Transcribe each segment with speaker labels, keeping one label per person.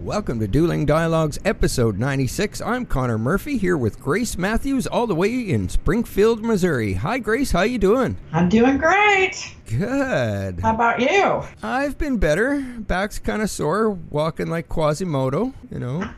Speaker 1: Welcome to Dueling Dialogues, episode 96. I'm Connor Murphy here with Grace Matthews, all the way in Springfield, Missouri. Hi, Grace. How you doing?
Speaker 2: I'm doing great.
Speaker 1: Good.
Speaker 2: How about you?
Speaker 1: I've been better. Back's kind of sore, walking like Quasimodo, you know.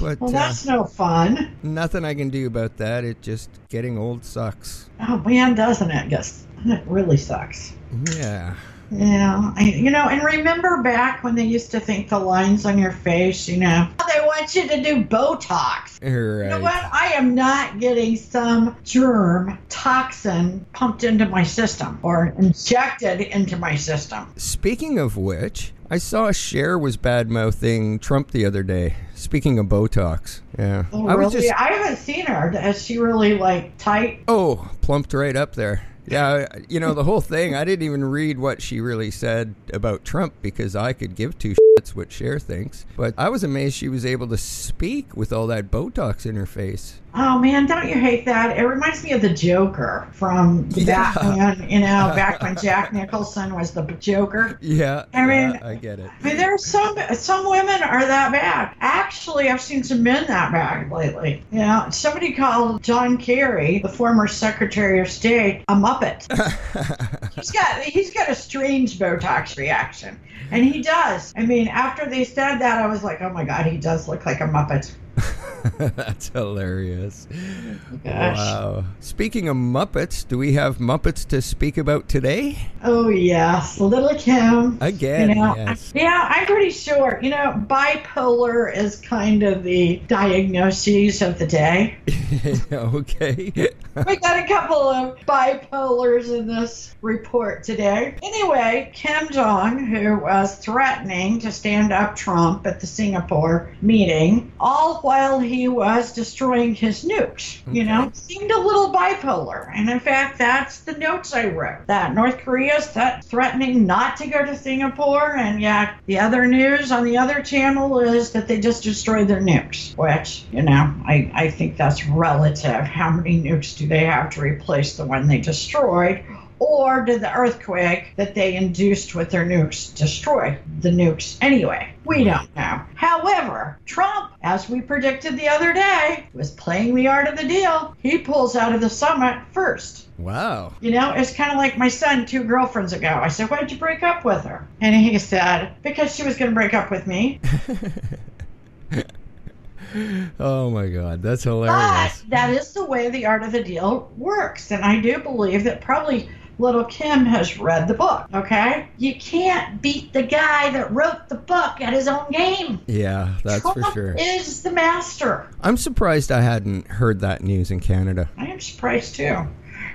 Speaker 1: But
Speaker 2: Well,
Speaker 1: uh,
Speaker 2: that's no fun.
Speaker 1: nothing I can do about that. It just getting old sucks.
Speaker 2: Oh man, doesn't it? Yes, it really sucks.
Speaker 1: Yeah.
Speaker 2: Yeah, I, you know, and remember back when they used to think the lines on your face, you know, "Oh, they want you to do Botox. You know what?
Speaker 1: Right.
Speaker 2: I am not getting some germ toxin pumped into my system or injected into my system.
Speaker 1: Speaking of which, I saw Cher was bad mouthing Trump the other day. Speaking of Botox. Yeah.
Speaker 2: Oh,
Speaker 1: I was
Speaker 2: really?
Speaker 1: just
Speaker 2: I haven't seen her. Is she really like tight?
Speaker 1: Oh, plumped right up there. Yeah, I- you know, the whole thing, I didn't even read what she really said about Trump because I could give two shits what Cher thinks. But I was amazed she was able to speak with all that Botox in her face.
Speaker 2: Oh man, don't you hate that? It reminds me of the Joker from the
Speaker 1: Yeah.
Speaker 2: Batman, you know, back when Jack Nicholson was the Joker.
Speaker 1: Yeah,
Speaker 2: I mean-
Speaker 1: yeah, I get it.
Speaker 2: I mean, there are some some women are that bad. Actually, I've seen some men that bad lately. You know, somebody called John Kerry, the former Secretary of State, a muppet. he's got he's got a strange Botox reaction, and he does. I mean, after they said that, I was like, oh my god, he does look like a muppet.
Speaker 1: That's hilarious.
Speaker 2: Gosh.
Speaker 1: Wow. Speaking of Muppets, do we have Muppets to speak about today?
Speaker 2: Oh yes, little Kim.
Speaker 1: Again,
Speaker 2: You know,
Speaker 1: yes.
Speaker 2: Yeah, I'm pretty sure. You know, bipolar is kind of the diagnoses of the day.
Speaker 1: okay.
Speaker 2: we got a couple of bipolars in this report today. Anyway, Kim Jong, who was threatening to stand up Trump at the Singapore meeting, all while he was destroying his nukes, you know, seemed a little bipolar. And in fact, that's the notes I wrote that North Korea's th- threatening not to go to Singapore. And yeah, the other news on the other channel is that they just destroyed their nukes, which, you know, I, I think that's relative. How many nukes do they have to replace the one they destroyed? Or did the earthquake that they induced with their nukes destroy the nukes anyway? We don't know. However, Trump, as we predicted the other day, was playing the art of the deal. He pulls out of the summit first.
Speaker 1: Wow.
Speaker 2: You know, it's kind of like my son two girlfriends ago. I said, Why'd you break up with her? And he said, Because she was going to break up with me.
Speaker 1: Oh my God, that's
Speaker 2: But
Speaker 1: hilarious.
Speaker 2: that is the way the art of the deal works. And I do believe that probably little Kim has read the book, okay? You can't beat the guy that wrote the book at his own game.
Speaker 1: Yeah, that's for
Speaker 2: Trump
Speaker 1: sure.
Speaker 2: is the master.
Speaker 1: I'm surprised I hadn't heard that news in Canada.
Speaker 2: I am surprised too.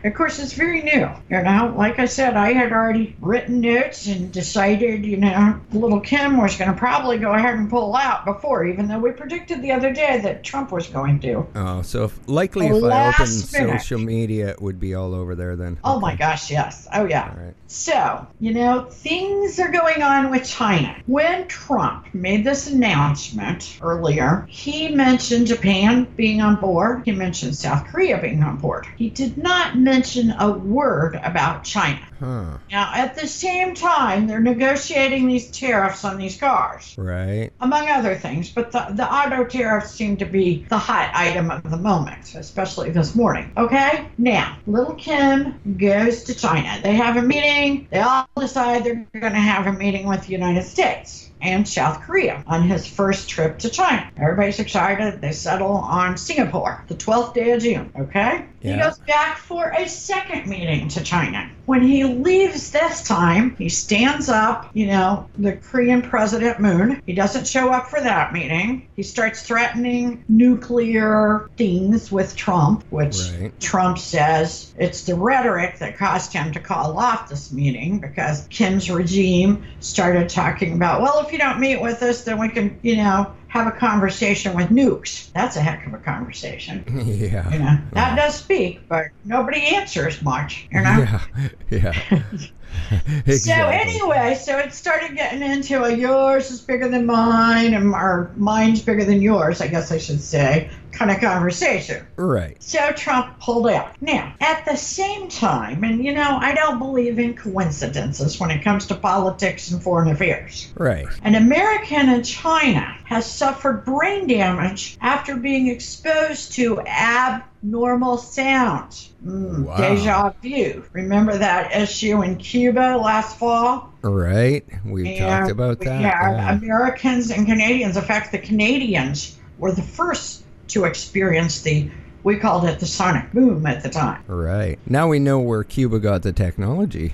Speaker 2: Of course, it's very new. You know, like I said, I had already written notes and decided, you know, little Kim was going to probably go ahead and pull out before, even though we predicted the other day that Trump was going to.
Speaker 1: Oh, so if, likely
Speaker 2: The
Speaker 1: if I opened
Speaker 2: last minute.
Speaker 1: social media, it would be all over there then.
Speaker 2: Oh my gosh, yes. Oh yeah.
Speaker 1: All right.
Speaker 2: So, you know, things are going on with China. When Trump made this announcement earlier, he mentioned Japan being on board. He mentioned South Korea being on board. He did not mention a word about China.
Speaker 1: Huh.
Speaker 2: Now, at the same time, they're negotiating these tariffs on these cars,
Speaker 1: Right.
Speaker 2: among other things, but the, the auto tariffs seem to be the hot item of the moment, especially this morning. Okay? Now, little Kim goes to China. They have a meeting. They all decide they're going to have a meeting with the United States and South Korea on his first trip to China. Everybody's excited. They settle on Singapore the 12th day of June. Okay? He
Speaker 1: Yeah.
Speaker 2: goes back for a second meeting to China. when he leaves this time, he stands up, you know, the Korean President Moon. He doesn't show up for that meeting. He starts threatening nuclear things with Trump, which
Speaker 1: Right.
Speaker 2: Trump says it's the rhetoric that caused him to call off this meeting because Kim's regime started talking about, well, if you don't meet with us, then we can, you know, have a conversation with nukes. That's a heck of a conversation. You
Speaker 1: yeah.
Speaker 2: know, that does speak, but nobody answers much, you know?
Speaker 1: Yeah. Yeah. exactly.
Speaker 2: So anyway, so it started getting into a yours is bigger than mine, and or mine's bigger than yours, I guess I should say, kind of conversation.
Speaker 1: Right.
Speaker 2: So Trump pulled out. Now, at the same time, and you know, I don't believe in coincidences when it comes to politics and foreign affairs.
Speaker 1: Right.
Speaker 2: An American in China has suffered brain damage after being exposed to abnormal sound. Mm,
Speaker 1: Wow.
Speaker 2: Deja vu. Remember that issue in Cuba last fall?
Speaker 1: Right. We've talked about that.
Speaker 2: Yeah,
Speaker 1: Yeah.
Speaker 2: Americans and Canadians. In fact, the Canadians were the first to experience the, we called it the sonic boom at the time.
Speaker 1: Right. Now we know where Cuba got the technology.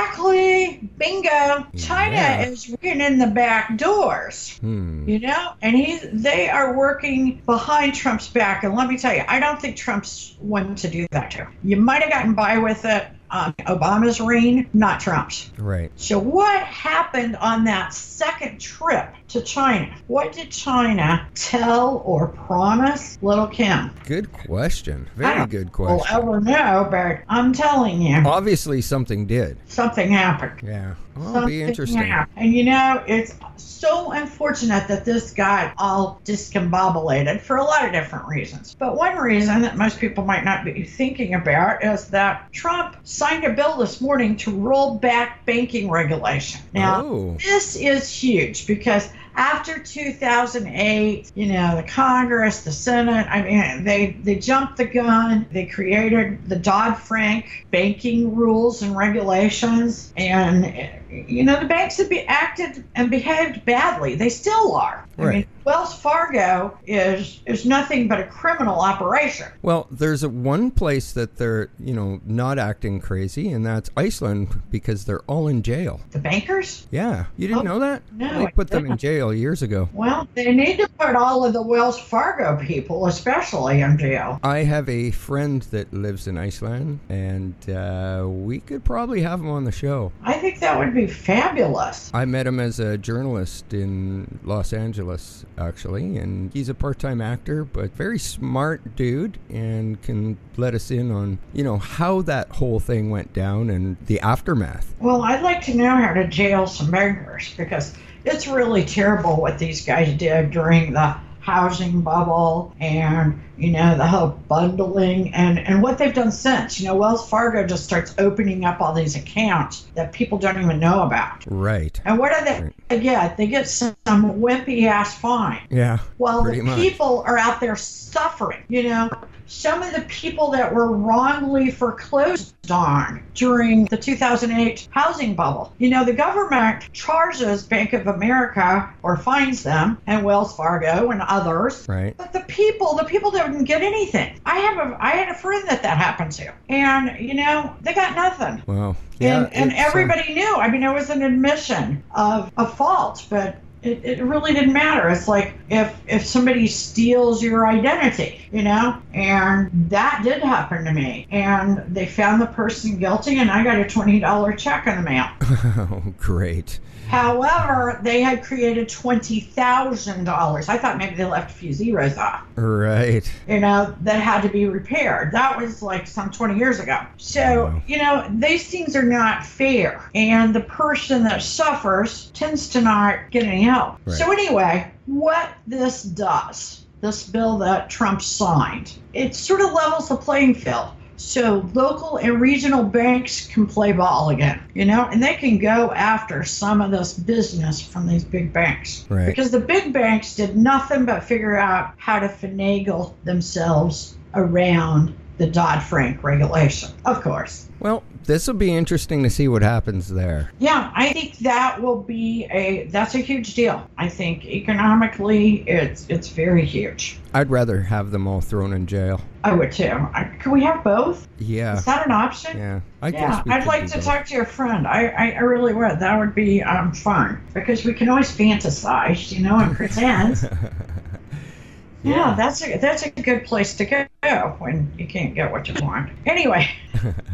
Speaker 2: Exactly. Bingo. China
Speaker 1: Yeah.
Speaker 2: is working in the back doors.
Speaker 1: Hmm.
Speaker 2: You know, and he they are working behind Trump's back. And let me tell you, I don't think Trump's one to do that to. You might have gotten by with it on Obama's reign, not Trump's.
Speaker 1: Right.
Speaker 2: So what happened on that second trip to China? What did China tell or promise little Kim?
Speaker 1: Good question. Very good
Speaker 2: We'll
Speaker 1: question. Uh,
Speaker 2: ever know, but I'm telling you,
Speaker 1: Obviously, something did.
Speaker 2: something happened.
Speaker 1: Yeah. Well, it'll be
Speaker 2: Something
Speaker 1: interesting.
Speaker 2: happened. And you know, it's so unfortunate that this got all discombobulated for a lot of different reasons. But one reason that most people might not be thinking about is that Trump signed a bill this morning to roll back banking regulation. Now,
Speaker 1: Oh.
Speaker 2: this is huge because after 2008, you know, the Congress, the Senate, I mean, they, they jumped the gun. They created the Dodd Frank banking rules and regulations. And, you know, the banks have be acted and behaved badly. They still are. I mean,
Speaker 1: Right.
Speaker 2: Wells Fargo is, is nothing but a criminal operation.
Speaker 1: Well, there's a one place that they're, you know, not acting crazy, and that's Iceland because they're all in jail.
Speaker 2: The bankers?
Speaker 1: Yeah. You didn't
Speaker 2: Oh,
Speaker 1: know that?
Speaker 2: no,
Speaker 1: They
Speaker 2: I
Speaker 1: put them in
Speaker 2: didn't.
Speaker 1: jail years ago.
Speaker 2: Well, they need to put all of the Wells Fargo people, especially, in jail.
Speaker 1: I have a friend that lives in Iceland, and uh, we could probably have him on the show.
Speaker 2: I think that would be fabulous.
Speaker 1: I met him as a journalist in Los Angeles, actually, and he's a part time actor, but very smart dude and can let us in on, you know, how that whole thing went down and the aftermath.
Speaker 2: Well, I'd like to know how to jail some beggars because it's really terrible what these guys did during the housing bubble and you know the whole bundling and and what they've done since you know wells fargo just starts opening up all these accounts that people don't even know about
Speaker 1: Right.
Speaker 2: and what do they
Speaker 1: Right.
Speaker 2: they get they get some, some wimpy ass fine
Speaker 1: Yeah.
Speaker 2: while
Speaker 1: Pretty
Speaker 2: the
Speaker 1: much.
Speaker 2: people are out there suffering. You know, some of the people that were wrongly foreclosed on during the 2008 housing bubble. You know, the government charges Bank of America or fines them and Wells Fargo and others.
Speaker 1: Right.
Speaker 2: But the people, the people didn't get anything. I have a, I had a friend that that happened to, and you know, they got nothing.
Speaker 1: Wow.
Speaker 2: and and
Speaker 1: it's, uh,
Speaker 2: everybody knew. I mean, it was an admission of a fault, but it, it really didn't matter. It's like if if somebody steals your identity, you know, and that did happen to me, and they found the person guilty, and I got a twenty dollar check in the mail.
Speaker 1: oh, great.
Speaker 2: However, they had created twenty thousand dollars. I thought maybe they left a few zeros off
Speaker 1: Right.
Speaker 2: you know, that had to be repaired. That was like some 20 years ago. So,
Speaker 1: Oh, Wow.
Speaker 2: you know, these things are not fair. And the person that suffers tends to not get any help.
Speaker 1: Right.
Speaker 2: So, anyway, what this does, this bill that Trump signed, it sort of levels the playing field. So local and regional banks can play ball again, you know, and they can go after some of this business from these big banks.
Speaker 1: Right.
Speaker 2: Because the big banks did nothing but figure out how to finagle themselves around the Dodd Frank regulation, of course.
Speaker 1: Well, this will be interesting to see what happens there.
Speaker 2: Yeah, I think that will be a that's a huge deal. I think economically it's it's very huge.
Speaker 1: I'd rather have them all thrown in jail.
Speaker 2: I would too. I, can we have both?
Speaker 1: Yeah.
Speaker 2: Is that an option?
Speaker 1: Yeah. I
Speaker 2: Yeah,
Speaker 1: guess we
Speaker 2: I'd
Speaker 1: could
Speaker 2: like
Speaker 1: do
Speaker 2: to
Speaker 1: both.
Speaker 2: talk to your friend. I, I, I really would. That would be um, fun because we can always fantasize, you know, and pretend. yeah. that's a that's a good place to go when you can't get what you want. Anyway,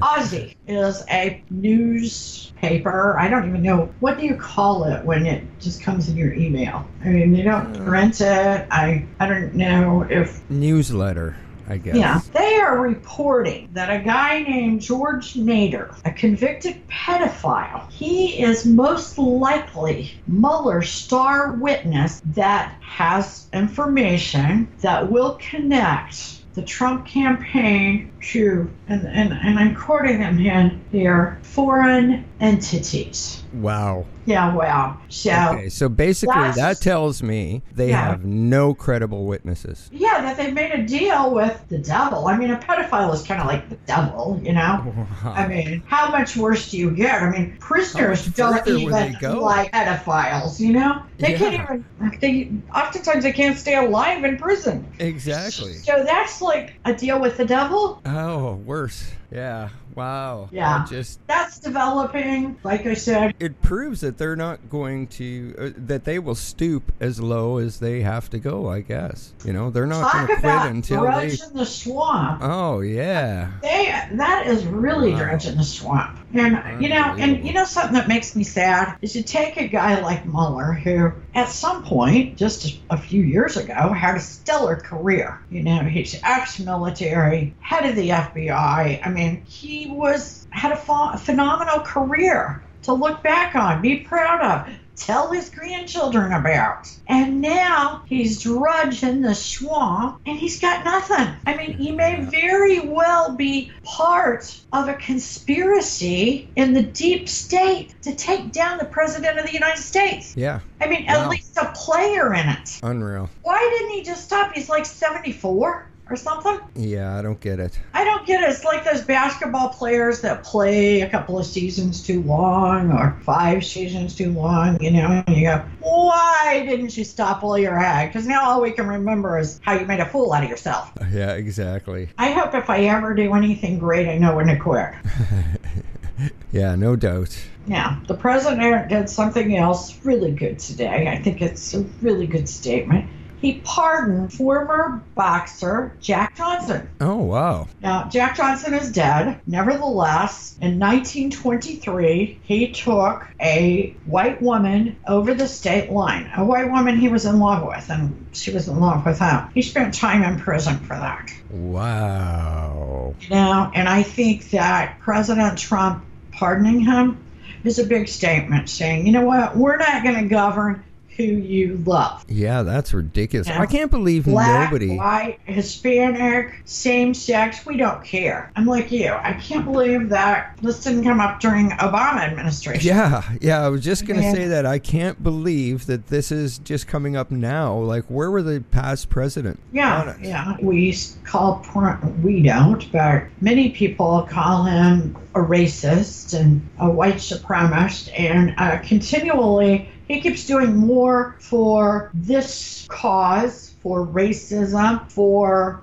Speaker 2: Aussie is a newspaper. I don't even know what do you call it when it just comes in your email. I mean, they don't
Speaker 1: Uh,
Speaker 2: print it. I I don't know if
Speaker 1: Newsletter, I guess.
Speaker 2: yeah. They are reporting that a guy named George Nader, a convicted pedophile, he is most likely Mueller's star witness that has information that will connect the Trump campaign to, and, and, and I'm quoting them here, here, foreign entities.
Speaker 1: Wow.
Speaker 2: Yeah, well, so.
Speaker 1: Okay, so basically,
Speaker 2: That's-
Speaker 1: that tells me they
Speaker 2: Yeah.
Speaker 1: have no credible witnesses.
Speaker 2: Yeah, that they made a deal with the devil. I mean, a pedophile is kind of like the devil, you know?
Speaker 1: Um,
Speaker 2: I mean, how much worse do you get? I mean, prisoners
Speaker 1: How much
Speaker 2: don't
Speaker 1: Oh, further
Speaker 2: even
Speaker 1: would they go?
Speaker 2: like pedophiles, you know? They
Speaker 1: Yeah.
Speaker 2: can't even, they, oftentimes they can't stay alive in prison.
Speaker 1: exactly.
Speaker 2: So that's like a deal with the devil.
Speaker 1: Oh, worse. Yeah. Wow.
Speaker 2: Yeah.
Speaker 1: I just
Speaker 2: That's developing, like I said.
Speaker 1: it proves that they're not going to uh, that they will stoop as low as they have to go. I guess you know they're not going
Speaker 2: Talk
Speaker 1: to quit
Speaker 2: about
Speaker 1: until they.
Speaker 2: grudge in the swamp.
Speaker 1: Oh yeah.
Speaker 2: They that is really
Speaker 1: Wow.
Speaker 2: dredging the swamp. And you know, and
Speaker 1: Unbelievable.
Speaker 2: you know something that makes me sad is you take a guy like Mueller who at some point, just a few years ago, had a stellar career. You know, he's ex military, head of the FBI. I mean, he was had a pho- phenomenal career to look back on, be proud of. Tell his grandchildren about. And now he's drudging the swamp and he's got nothing. I mean, he may very well be part of a conspiracy in the deep state to take down the president of the United States.
Speaker 1: Yeah.
Speaker 2: I mean, at
Speaker 1: Wow.
Speaker 2: least a player in it.
Speaker 1: Unreal.
Speaker 2: Why didn't he just stop? He's like 74 or something.
Speaker 1: Yeah, I don't get it.
Speaker 2: I don't get it. It's like those basketball players that play a couple of seasons too long or five seasons too long, you know, and you go, why didn't you stop while you're ahead? Because now all we can remember is how you made a fool out of yourself.
Speaker 1: Yeah, exactly.
Speaker 2: I hope if I ever do anything great, I know when to quit.
Speaker 1: Yeah, no doubt.
Speaker 2: Now, the president did something else really good today. I think it's a really good statement. He pardoned former boxer Jack Johnson.
Speaker 1: Oh wow.
Speaker 2: Now, Jack Johnson is dead. Nevertheless, in 1923, he took a white woman over the state line, a white woman he was in love with, and she was in love with him. He spent time in prison for that.
Speaker 1: Wow.
Speaker 2: You know, and I think that President Trump pardoning him is a big statement saying, you know what, we're not going to govern who you love.
Speaker 1: Yeah, that's ridiculous.
Speaker 2: Yeah.
Speaker 1: I can't believe
Speaker 2: Black,
Speaker 1: nobody.
Speaker 2: white, Hispanic, same sex, we don't care. I'm like you. I can't believe that this didn't come up during Obama administration.
Speaker 1: Yeah, yeah, I was just going to
Speaker 2: Yeah.
Speaker 1: say that I can't believe that this is just coming up now. Like where were the past president? on
Speaker 2: Yeah,
Speaker 1: it?
Speaker 2: yeah. We s- call Pr- we don't, but many people call him a racist and a white supremacist, and uh, continually he keeps doing more for this cause, for racism, for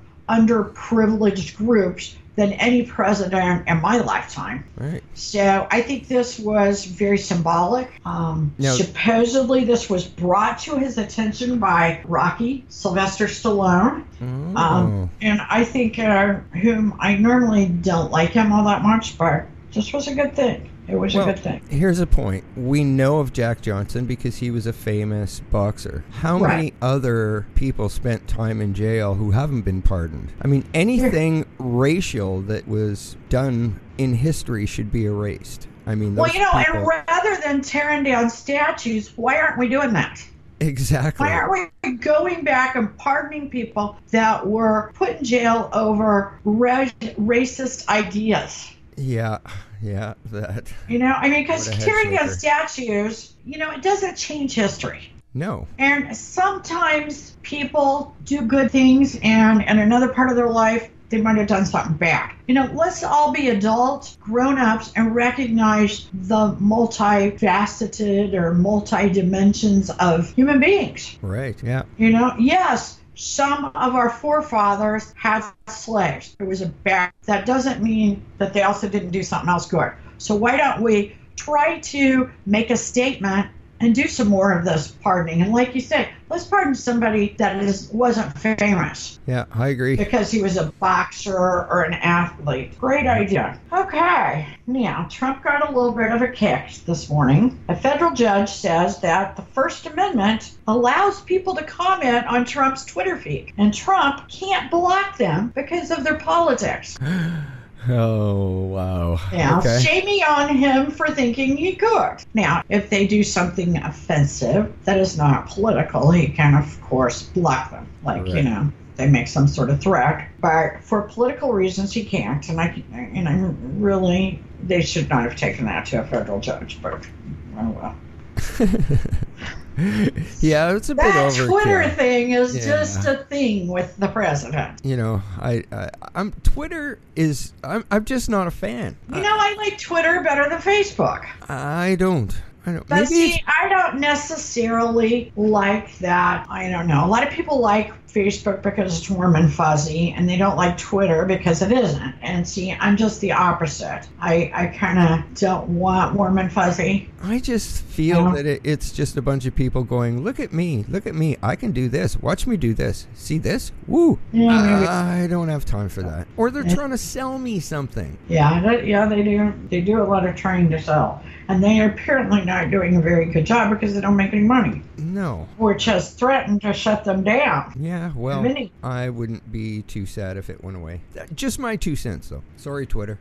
Speaker 2: underprivileged groups than any president in my lifetime.
Speaker 1: Right.
Speaker 2: So I think this was very symbolic. Um,
Speaker 1: Now-
Speaker 2: supposedly, this was brought to his attention by Rocky Sylvester Stallone,
Speaker 1: Oh.
Speaker 2: um, and I think uh, whom I normally don't like him all that much, but this was a good thing. It was
Speaker 1: Well-
Speaker 2: a good thing.
Speaker 1: Here's a point. We know of Jack Johnson because he was a famous boxer. How
Speaker 2: Right.
Speaker 1: many other people spent time in jail who haven't been pardoned? I mean, anything racial that was done in history should be erased. I mean,
Speaker 2: Well,
Speaker 1: those
Speaker 2: you know,
Speaker 1: people-
Speaker 2: and rather than tearing down statues, why aren't we doing that?
Speaker 1: exactly.
Speaker 2: Why aren't we going back and pardoning people that were put in jail over ra- racist ideas?
Speaker 1: Yeah, yeah, that.
Speaker 2: You know, I mean, because
Speaker 1: What a head
Speaker 2: tearing down
Speaker 1: shaker.
Speaker 2: statues, you know, it doesn't change history.
Speaker 1: No,
Speaker 2: And sometimes people do good things, and in another part of their life, They might have done something bad. You know, let's all be adult, grown ups, and recognize the multifaceted or multi dimensions of human beings.
Speaker 1: Right. Yeah.
Speaker 2: You know, yes, some of our forefathers had slaves. It was a bad. That doesn't mean that they also didn't do something else good. So why don't we try to make a statement and do some more of this pardoning? And like you say, let's pardon somebody that is wasn't famous
Speaker 1: Yeah. I agree.
Speaker 2: because he was a boxer or an athlete. Great idea. Okay. Now, Trump got a little bit of a kick this morning. A federal judge says that the First Amendment allows people to comment on Trump's Twitter feed, and Trump can't block them because of their politics.
Speaker 1: Oh wow.
Speaker 2: Now,
Speaker 1: Okay.
Speaker 2: shamey on him for thinking he could. Now, if they do something offensive that is not political, he can, of course, block them. Like, you
Speaker 1: Right.
Speaker 2: know, they make some sort of threat. But for political reasons, he can't. And I, and I really, they should not have taken that to a federal judge, but oh well.
Speaker 1: yeah, it's a bit
Speaker 2: That
Speaker 1: overkill.
Speaker 2: Twitter thing is
Speaker 1: Yeah.
Speaker 2: just a thing with the president.
Speaker 1: you know, I, I I'm Twitter is I'm I'm just not a fan.
Speaker 2: You know, I like Twitter better than Facebook.
Speaker 1: I don't. I don't.
Speaker 2: But
Speaker 1: Maybe
Speaker 2: see,
Speaker 1: it's-
Speaker 2: I don't necessarily like that. I don't know. A lot of people like Facebook because it's warm and fuzzy, and they don't like Twitter because it isn't. And see, I'm just the opposite. I, I kind of don't want warm and fuzzy.
Speaker 1: I just feel
Speaker 2: Yeah.
Speaker 1: that it, it's just a bunch of people going, "Look at me, look at me. I can do this. Watch me do this. See this? Woo!"
Speaker 2: Yeah, maybe.
Speaker 1: I don't have time for that. Or they're trying to sell me something.
Speaker 2: Yeah, that, yeah, they do. They do a lot of trying to sell, and they are apparently not doing a very good job because they don't make any money,
Speaker 1: No.
Speaker 2: which has threatened to shut them down.
Speaker 1: Yeah, well,
Speaker 2: Many.
Speaker 1: I wouldn't be too sad if it went away. That- Just my two cents, though. Sorry, Twitter.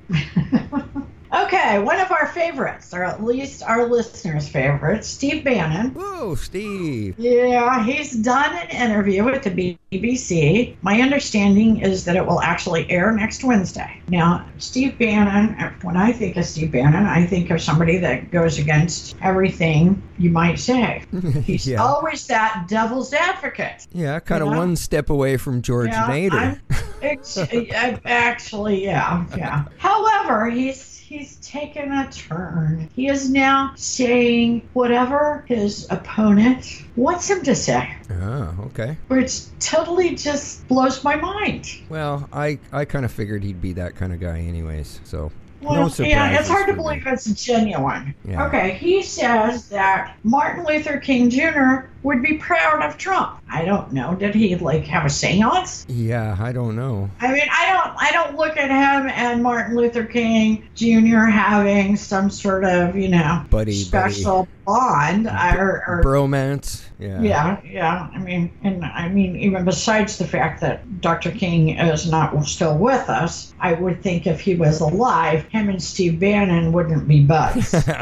Speaker 2: Okay, one of our favorites, or at least our listeners' favorites, Steve Bannon.
Speaker 1: Whoa, Steve.
Speaker 2: Yeah, he's done an interview with the BBC. My understanding is that it will actually air next Wednesday. Now, Steve Bannon, when I think of Steve Bannon, I think of somebody that goes against everything you might say. He's
Speaker 1: yeah,
Speaker 2: always that devil's advocate.
Speaker 1: yeah, kind of
Speaker 2: you know?
Speaker 1: one step away from George
Speaker 2: Yeah,
Speaker 1: Nader.
Speaker 2: I'm- Ex- uh, actually, yeah, yeah. However, he's he's taken a turn. He is now saying whatever his opponent wants him to say.
Speaker 1: Oh, okay.
Speaker 2: which totally just blows my mind.
Speaker 1: Well, I, I kind of figured he'd be that kind of guy, anyways. So
Speaker 2: Well, yeah,
Speaker 1: surprises
Speaker 2: it's hard to
Speaker 1: for me.
Speaker 2: believe it's genuine.
Speaker 1: Yeah.
Speaker 2: Okay, he says that Martin Luther King Jr. would be proud of Trump. I don't know. Did he like have a séance?
Speaker 1: yeah, I don't know.
Speaker 2: I mean, I don't, I don't look at him and Martin Luther King Jr. having some sort of, you know,
Speaker 1: Buddy, buddy.
Speaker 2: special bond or, or
Speaker 1: Bromance. Yeah.
Speaker 2: Yeah, yeah. I mean, and I mean, even besides the fact that Dr. King is not still with us, I would think if he was alive, him and Steve Bannon wouldn't be buds.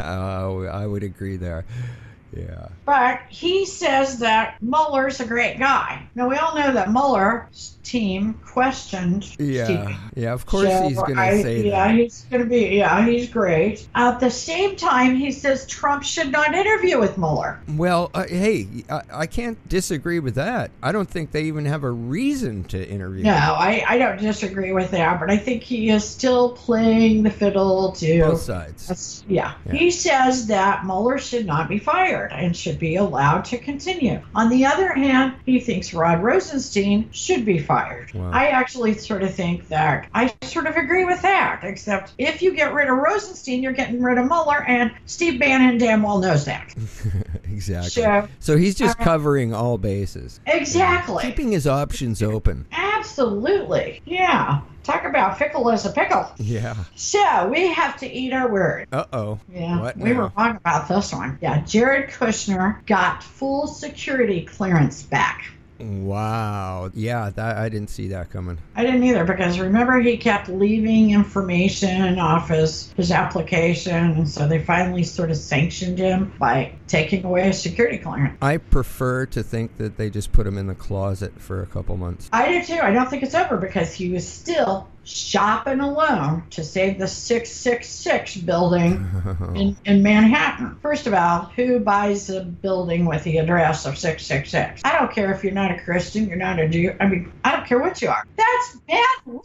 Speaker 1: Oh, I would agree there. Yeah.
Speaker 2: but he says that Mueller's a great guy. Now, we all know that Mueller's team questioned Steve
Speaker 1: Yeah. Yeah, of course
Speaker 2: So
Speaker 1: he's going to
Speaker 2: I-
Speaker 1: say
Speaker 2: Yeah,
Speaker 1: that.
Speaker 2: he's going to be. Yeah, he's great. At the same time, he says Trump should not interview with Mueller.
Speaker 1: Well, uh, hey, I, I can't disagree with that. I don't think they even have a reason to interview.
Speaker 2: No, I, I don't disagree with that, but I think he is still playing the fiddle to.
Speaker 1: Both sides.
Speaker 2: That's- yeah.
Speaker 1: Yeah.
Speaker 2: He says that Mueller should not be fired and should be allowed to continue. On the other hand, he thinks Rod Rosenstein should be fired.
Speaker 1: Wow.
Speaker 2: I actually sort of think that I sort of agree with that, except if you get rid of Rosenstein, you're getting rid of Mueller, and Steve Bannon damn well knows that.
Speaker 1: exactly.
Speaker 2: So-
Speaker 1: So he's just
Speaker 2: Alright.
Speaker 1: covering all bases,
Speaker 2: Exactly.
Speaker 1: keeping his options open.
Speaker 2: Absolutely. Yeah. Talk about fickle as a pickle.
Speaker 1: Yeah.
Speaker 2: So we have to eat our words.
Speaker 1: Uh oh.
Speaker 2: Yeah,
Speaker 1: What
Speaker 2: we were
Speaker 1: now?
Speaker 2: wrong about this one. Yeah, Jared Kushner got full security clearance back.
Speaker 1: Wow. Yeah, that I didn't see that coming.
Speaker 2: I didn't either because remember he kept leaving information off his, his application, and so they finally sort of sanctioned him by taking away his security clearance.
Speaker 1: I prefer to think that they just put him in the closet for a couple months.
Speaker 2: I do too. I don't think it's over because he was still shopping alone to save the 666 building in, in Manhattan. First of all, who buys a building with the address of 666? I don't care if you're not a Christian, you're not a Jew. I mean, I don't care what you are. That's bad luck.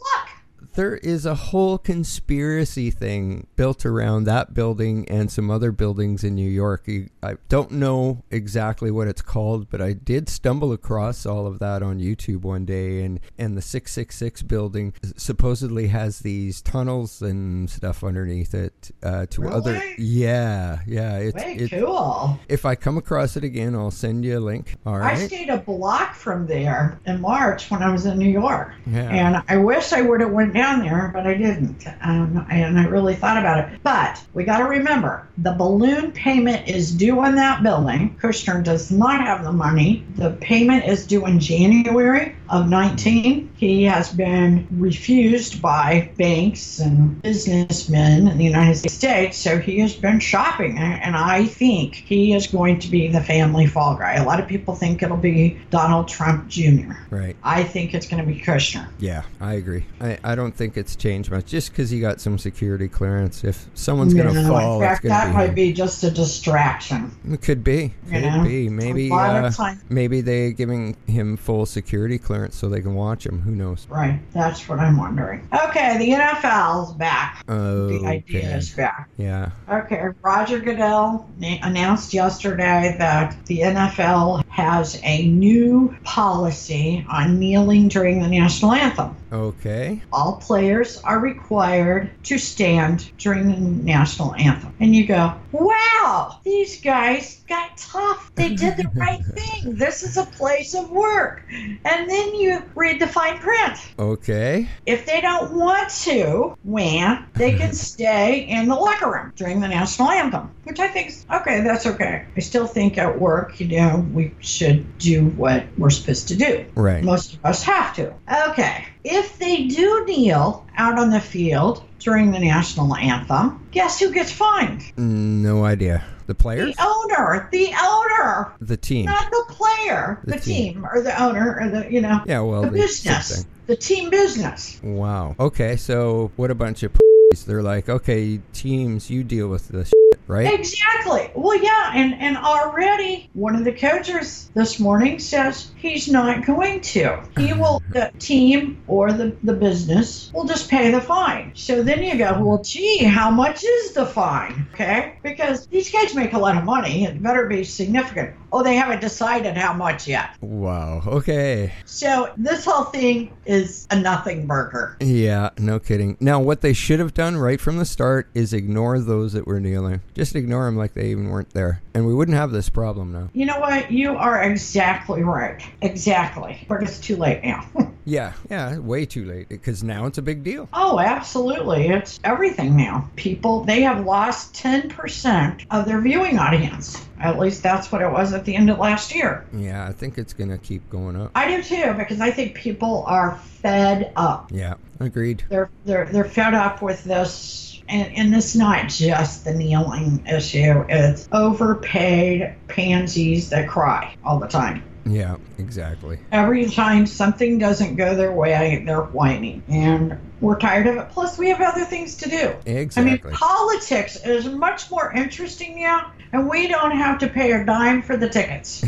Speaker 1: there is a whole conspiracy thing built around that building and some other buildings in New York. You- I don't know exactly what it's called, but I did stumble across all of that on YouTube one day. And, and the 666 building supposedly has these tunnels and stuff underneath it uh, to other.
Speaker 2: Really?
Speaker 1: Yeah, yeah. It's,
Speaker 2: Way
Speaker 1: it's,
Speaker 2: cool.
Speaker 1: if I come across it again, I'll send you a link. All
Speaker 2: I
Speaker 1: right.
Speaker 2: stayed a block from there in March when I was in New York,
Speaker 1: Yeah.
Speaker 2: and I wish I would have went down there, but I didn't, um, and I really thought about it. But we got to remember the balloon payment is due on that building. Kushner does not have the money. The payment is due in January of 19. He has been refused by banks and businessmen in the United States, so he has been shopping, and I think he is going to be the family fall guy. A lot of people think it'll be Donald Trump Jr.
Speaker 1: Right.
Speaker 2: I think it's going to be Kushner.
Speaker 1: Yeah, I agree. I, I don't think it's changed much just because he got some security clearance. If someone's going to
Speaker 2: You know,
Speaker 1: fall,
Speaker 2: in
Speaker 1: it's
Speaker 2: fact,
Speaker 1: going to
Speaker 2: that
Speaker 1: be,
Speaker 2: might
Speaker 1: him.
Speaker 2: be just a distraction.
Speaker 1: It could be.
Speaker 2: You
Speaker 1: Could
Speaker 2: know,
Speaker 1: be. Maybe
Speaker 2: a lot of
Speaker 1: uh,
Speaker 2: time-
Speaker 1: maybe they giving him full security clearance so they can watch him. Who knows?
Speaker 2: Right, that's what I'm wondering. Okay, the NFL's back. The idea
Speaker 1: Okay.
Speaker 2: is back.
Speaker 1: Yeah.
Speaker 2: Okay, Roger Goodell na- announced yesterday that the NFL has a new policy on kneeling during the national anthem.
Speaker 1: Okay.
Speaker 2: All players are required to stand during the national anthem. And you go, wow, these guys got tough. They did the right thing. This is a place of work. And then you read the fine print.
Speaker 1: Okay.
Speaker 2: If they don't want to, when they can stay in the locker room during the national anthem, which I think is okay. That's okay. I still think at work, you know, we should do what we're supposed to do.
Speaker 1: Right.
Speaker 2: Most of us have to. Okay. If they do kneel out on the field during the national anthem, guess who gets fined?
Speaker 1: No idea. The players?
Speaker 2: The owner. The owner.
Speaker 1: The team.
Speaker 2: Oh. Not the player.
Speaker 1: The
Speaker 2: The, team. or the owner or the you know
Speaker 1: Yeah. Well.
Speaker 2: the
Speaker 1: they-
Speaker 2: business.
Speaker 1: something.
Speaker 2: The team business.
Speaker 1: Wow. Okay. So what a bunch of p***s. they're like, okay, teams, you deal with this, shit, right?
Speaker 2: Exactly. Well, yeah, and and already one of the coaches this morning says he's not going to. He will the team or the the business will just pay the fine. So then you go, well, gee, how much is the fine? Okay, because these guys make a lot of money. It better be significant. Oh, they haven't decided how much yet.
Speaker 1: Wow. Okay.
Speaker 2: So this whole thing is a nothing burger.
Speaker 1: Yeah, no kidding. Now, what they should have done right from the start is ignore those that were kneeling. Just ignore them like they even weren't there. And we wouldn't have this problem now.
Speaker 2: You know what? You are exactly right. Exactly. But it's too late now.
Speaker 1: Yeah, yeah, way too late because now it's a big deal.
Speaker 2: Oh, absolutely. It's everything now. People, they have lost 10% of their viewing audience. At least that's what it was at the end of last year.
Speaker 1: Yeah, I think it's going to keep going up.
Speaker 2: I do too, because I think people are fed up.
Speaker 1: Yeah, agreed.
Speaker 2: They're, they're, they're fed up with this. And, and it's not just the kneeling issue, it's overpaid pansies that cry all the time.
Speaker 1: Yeah, exactly.
Speaker 2: Every time something doesn't go their way, they're whining. And we're tired of it. Plus, we have other things to do. I mean,
Speaker 1: Exactly.
Speaker 2: politics is much more interesting now, and we don't have to pay a dime for the tickets.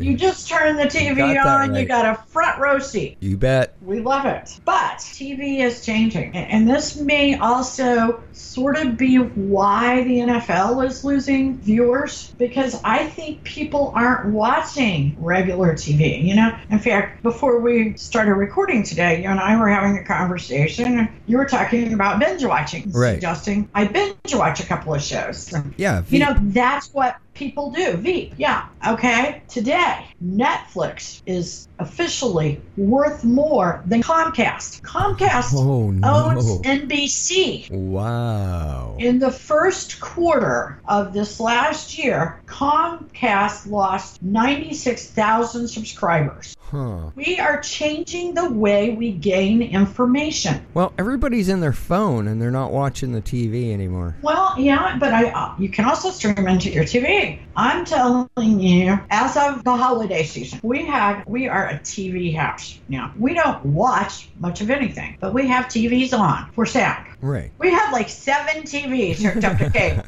Speaker 2: You just turn the TV
Speaker 1: got that
Speaker 2: on, you
Speaker 1: right.
Speaker 2: got a front row seat.
Speaker 1: you bet.
Speaker 2: We love it. But TV is changing, a- and this may also sort of be why the NFL is losing viewers because I think people aren't watching regular TV. You know, in fact, before we started recording today, you and I were having a conversation. and You were talking about binge watching,
Speaker 1: Right.
Speaker 2: suggesting I binge watch a couple of shows.
Speaker 1: Yeah,
Speaker 2: You
Speaker 1: Veep.
Speaker 2: know, that's what people do. Veep. Yeah. Okay. Today, Netflix is officially worth more than Comcast. Comcast
Speaker 1: oh
Speaker 2: owns
Speaker 1: no.
Speaker 2: NBC.
Speaker 1: Wow.
Speaker 2: In the first quarter of this last year, Comcast lost 96,000 subscribers.
Speaker 1: Huh.
Speaker 2: We are changing the way we gain information.
Speaker 1: Well, everybody's in their phone and they're not watching the TV anymore.
Speaker 2: Well, yeah, but I uh, you can also stream into your TV. I'm telling you, as of the holiday season, we had we are a TV house now. We don't watch much of anything, but we have TVs on for sound.
Speaker 1: Right.
Speaker 2: We had like seven TVs hooked up to cable.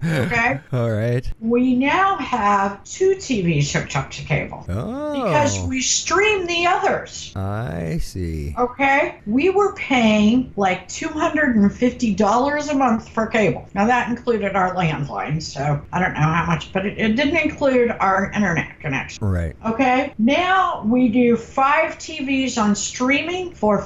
Speaker 2: Okay.
Speaker 1: All right.
Speaker 2: We now have two TVs hooked up to cable
Speaker 1: Oh.
Speaker 2: because we stream the others.
Speaker 1: I see.
Speaker 2: Oh. Okay, we were paying like $250 a month for cable. Now, that included our landline, so I don't know how much, but it, it didn't include our internet connection.
Speaker 1: Right.
Speaker 2: Okay, now we do five TVs on streaming for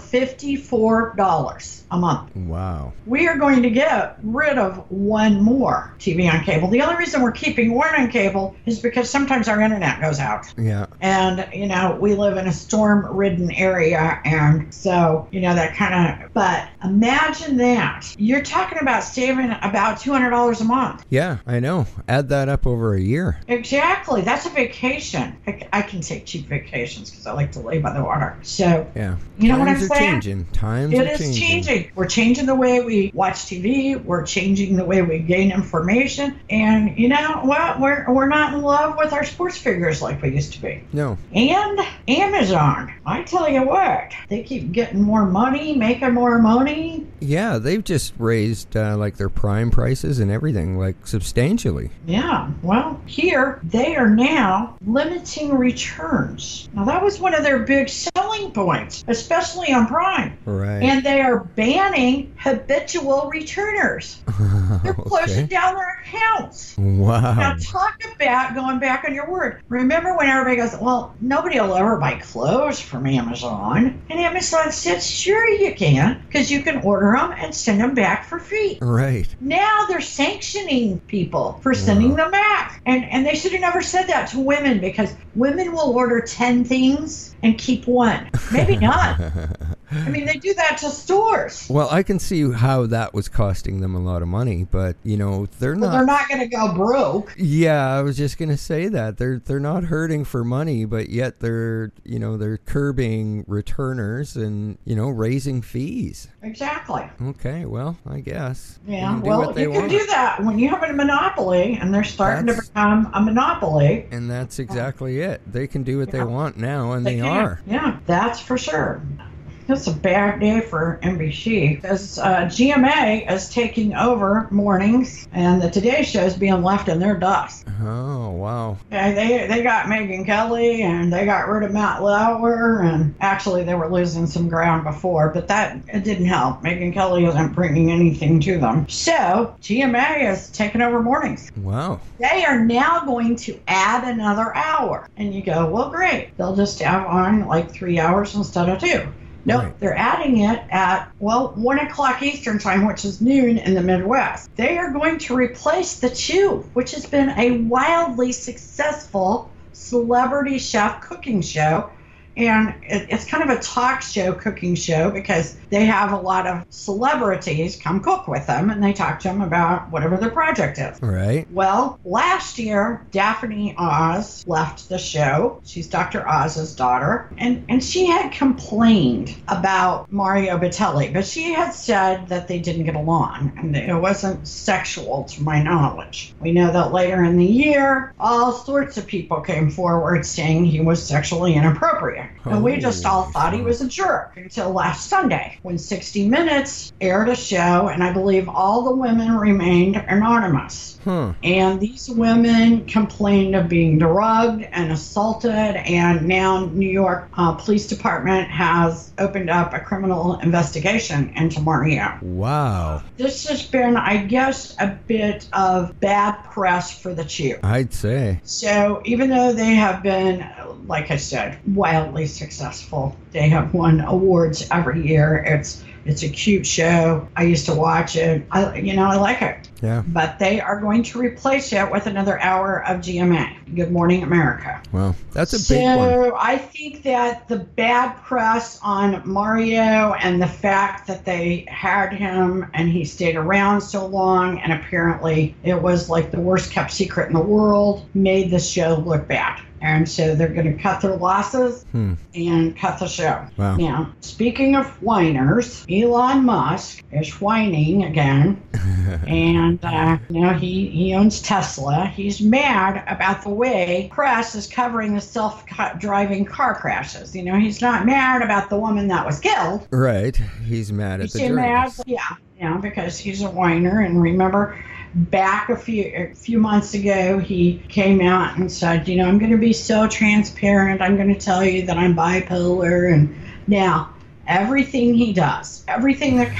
Speaker 2: $54 a month
Speaker 1: Wow.
Speaker 2: we are going to get rid of one more TV on cable. The only reason we're keeping one on cable is because sometimes our internet goes out.
Speaker 1: Yeah.
Speaker 2: And, you know, we live in a storm ridden area. And so, you know, that kind of, but imagine that. You're talking about saving about $200 a month.
Speaker 1: Yeah, I know. Add that up over a year.
Speaker 2: Exactly. That's a vacation. I, I can take cheap vacations because I like to lay by the water. So,
Speaker 1: Yeah.
Speaker 2: You know what
Speaker 1: Times
Speaker 2: I'm
Speaker 1: are
Speaker 2: saying?
Speaker 1: changing. Times
Speaker 2: It
Speaker 1: are
Speaker 2: is
Speaker 1: changing.
Speaker 2: changing. We're changing the way we watch TV. We're changing the way we gain information. And you know what? We're we're not in love with our sports figures like we used to be.
Speaker 1: No.
Speaker 2: And Amazon, I tell you what, they keep getting more money, making more money.
Speaker 1: Yeah, they've just raised uh, like their prime prices and everything like substantially.
Speaker 2: Yeah. Well, here they are now limiting returns. Now that was one of their big selling points, especially on Prime.
Speaker 1: Right.
Speaker 2: And they are banning habitual returners. They're closing
Speaker 1: okay.
Speaker 2: down their accounts. Now,
Speaker 1: Wow.
Speaker 2: talk about going back on your word. Remember when everybody goes, Well, nobody will ever buy clothes from Amazon. And Amazon said, Sure, you can, because you can order them and send them back for free.
Speaker 1: Right.
Speaker 2: Now they're sanctioning people for sending them back. And, and they should have never said that to women because women will order 10 things and keep one. Maybe not. I mean, they do that to stores.
Speaker 1: Well, I can see how that was costing them a lot of money, but you know, they're
Speaker 2: Well,
Speaker 1: not
Speaker 2: they're not going to go broke.
Speaker 1: Yeah, I was just gonna say that they're they're not hurting for money, but yet they're you know they're curbing returners and you know raising fees.
Speaker 2: Exactly.
Speaker 1: Okay, well I guess they
Speaker 2: Yeah.
Speaker 1: can do
Speaker 2: well,
Speaker 1: what they
Speaker 2: you
Speaker 1: want,
Speaker 2: can do that when you have a monopoly, and they're starting
Speaker 1: That's-
Speaker 2: to become a monopoly.
Speaker 1: and that's exactly it. They can do what they
Speaker 2: Yeah.
Speaker 1: want now, and they,
Speaker 2: can.
Speaker 1: are.
Speaker 2: Yeah, that's for sure. That's a bad day for NBC because uh, GMA is taking over mornings, and the Today Show is being left in their dust.
Speaker 1: Oh wow,
Speaker 2: Okay, they they got Megan Kelly, and they got rid of Matt Lauer, and actually they were losing some ground before, but that it didn't help. Megan Kelly isn't bringing anything to them, so GMA is taking over mornings.
Speaker 1: wow,
Speaker 2: they are now going to add another hour. And you go, well, great. They'll just have on like three hours instead of two. No,
Speaker 1: Right.
Speaker 2: they're adding it at, well, 1 o'clock Eastern Time, which is noon in the Midwest. They are going to replace the Chew, which has been a wildly successful celebrity chef cooking show. And it, it's kind of a talk show cooking show because they have a lot of celebrities come cook with them and they talk to them about whatever their project is.
Speaker 1: right,
Speaker 2: Well, last year, Daphne Oz left the show. She's Dr. Oz's daughter. And, and she had complained about Mario Battelli, but she had said that they didn't get along and that it wasn't sexual to my knowledge. We know that later in the year, all sorts of people came forward saying he was sexually inappropriate. And we just all
Speaker 1: Holy
Speaker 2: thought he
Speaker 1: smokes.
Speaker 2: was a jerk until last Sunday when 60 Minutes aired a show, and I believe all the women remained anonymous.
Speaker 1: huh?
Speaker 2: And these women complained of being drugged and assaulted. And now New York uh, Police Department has opened up a criminal investigation into Mario.
Speaker 1: Wow,
Speaker 2: This has been, I guess, a bit of bad press for the Chew.
Speaker 1: I'd say
Speaker 2: So even though they have been, like I said, wildly successful, they have won awards every year. It's It's a cute show. I used to watch it. I, you know, I like it.
Speaker 1: Yeah.
Speaker 2: But they are going to replace it with another hour of GMA, Good Morning America.
Speaker 1: Wow. That's a
Speaker 2: so
Speaker 1: big one.
Speaker 2: I think that the bad press on Mario and the fact that they had him and he stayed around so long and apparently it was like the worst kept secret in the world made the show look bad. And so they're going to cut their losses
Speaker 1: Hmm.
Speaker 2: and cut the show.
Speaker 1: Wow.
Speaker 2: Now, speaking of whiners, Elon Musk is whining again and uh, now he, he owns Tesla. He's mad about the way press is covering the self driving car crashes. You know, he's not mad about the woman that was killed.
Speaker 1: Right. He's mad at
Speaker 2: He's
Speaker 1: the
Speaker 2: mad,
Speaker 1: journalists.
Speaker 2: yeah, yeah, because he's a whiner. And remember, back a few a few months ago, he came out and said, you know, I'm going to be so transparent. I'm going to tell you that I'm bipolar. And now. Everything he does, everything that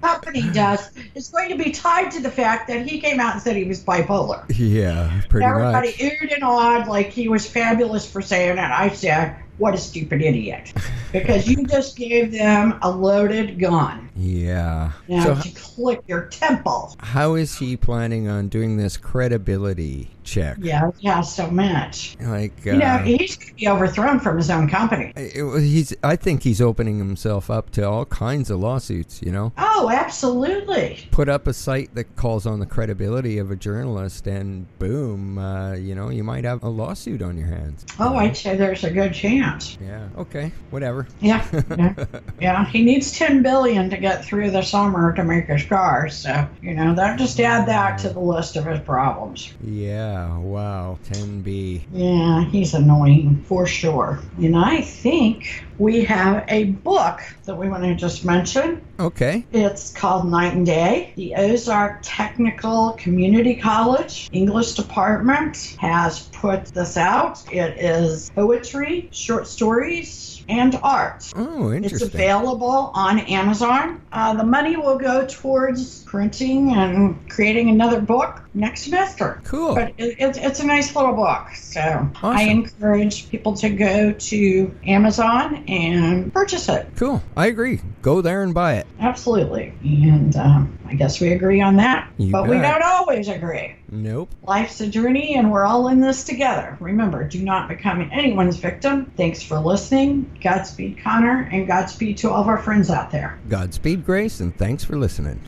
Speaker 2: company does is going to be tied to the fact that he came out and said he was bipolar.
Speaker 1: yeah, pretty
Speaker 2: Everybody
Speaker 1: much.
Speaker 2: oohed and awed like he was fabulous for saying it. I said, what a stupid idiot. Because you just gave them a loaded gun.
Speaker 1: Yeah.
Speaker 2: Now
Speaker 1: So
Speaker 2: to click your temple.
Speaker 1: how is he planning on doing this credibility check?
Speaker 2: Yeah, yeah, so much.
Speaker 1: Like uh,
Speaker 2: You know, he's going to be overthrown from his own company.
Speaker 1: it- he's I think he's opening himself up to all kinds of lawsuits, you know.
Speaker 2: Oh, absolutely.
Speaker 1: Put up a site that calls on the credibility of a journalist and boom, uh, you know, you might have a lawsuit on your hands.
Speaker 2: Oh, I'd say there's a good chance.
Speaker 1: Yeah. Okay. Whatever.
Speaker 2: Yeah, yeah, yeah. He needs ten billion to get through the summer to make his car. So you know that just add that to the list of his problems.
Speaker 1: Yeah. Wow. 10B.
Speaker 2: Yeah, he's annoying for sure. And I think we have a book that we want to just mention.
Speaker 1: Okay.
Speaker 2: It's called Night and Day. The Ozark Technical Community College English Department has put this out. It is poetry, short stories, and art.
Speaker 1: Oh,
Speaker 2: It's
Speaker 1: interesting.
Speaker 2: available on Amazon. Uh, the money will go towards printing and creating another book next semester.
Speaker 1: Cool.
Speaker 2: But it, it's it's a nice little book. So I
Speaker 1: Awesome.
Speaker 2: encourage people to go to Amazon and purchase it.
Speaker 1: Cool. I agree. Go there and buy it.
Speaker 2: Absolutely. And um, I guess we agree on that.
Speaker 1: You
Speaker 2: but we
Speaker 1: bet.
Speaker 2: don't always agree.
Speaker 1: Nope.
Speaker 2: Life's a journey, and we're all in this together. Remember, do not become anyone's victim. Thanks for listening. Godspeed, Connor, and Godspeed to all of our friends out there.
Speaker 1: Godspeed, Grace, and thanks for listening.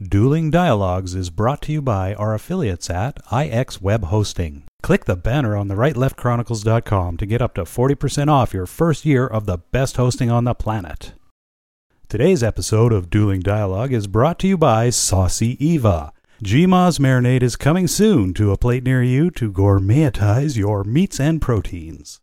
Speaker 3: Dueling Dialogues is brought to you by our affiliates at IX Web Hosting. Click the banner on the rightleftchronicles.com to get up to 40% off your first year of the best hosting on the planet. Today's episode of Dueling Dialogue is brought to you by Saucy Eva. GMA's marinade is coming soon to a plate near you to gourmetize your meats and proteins.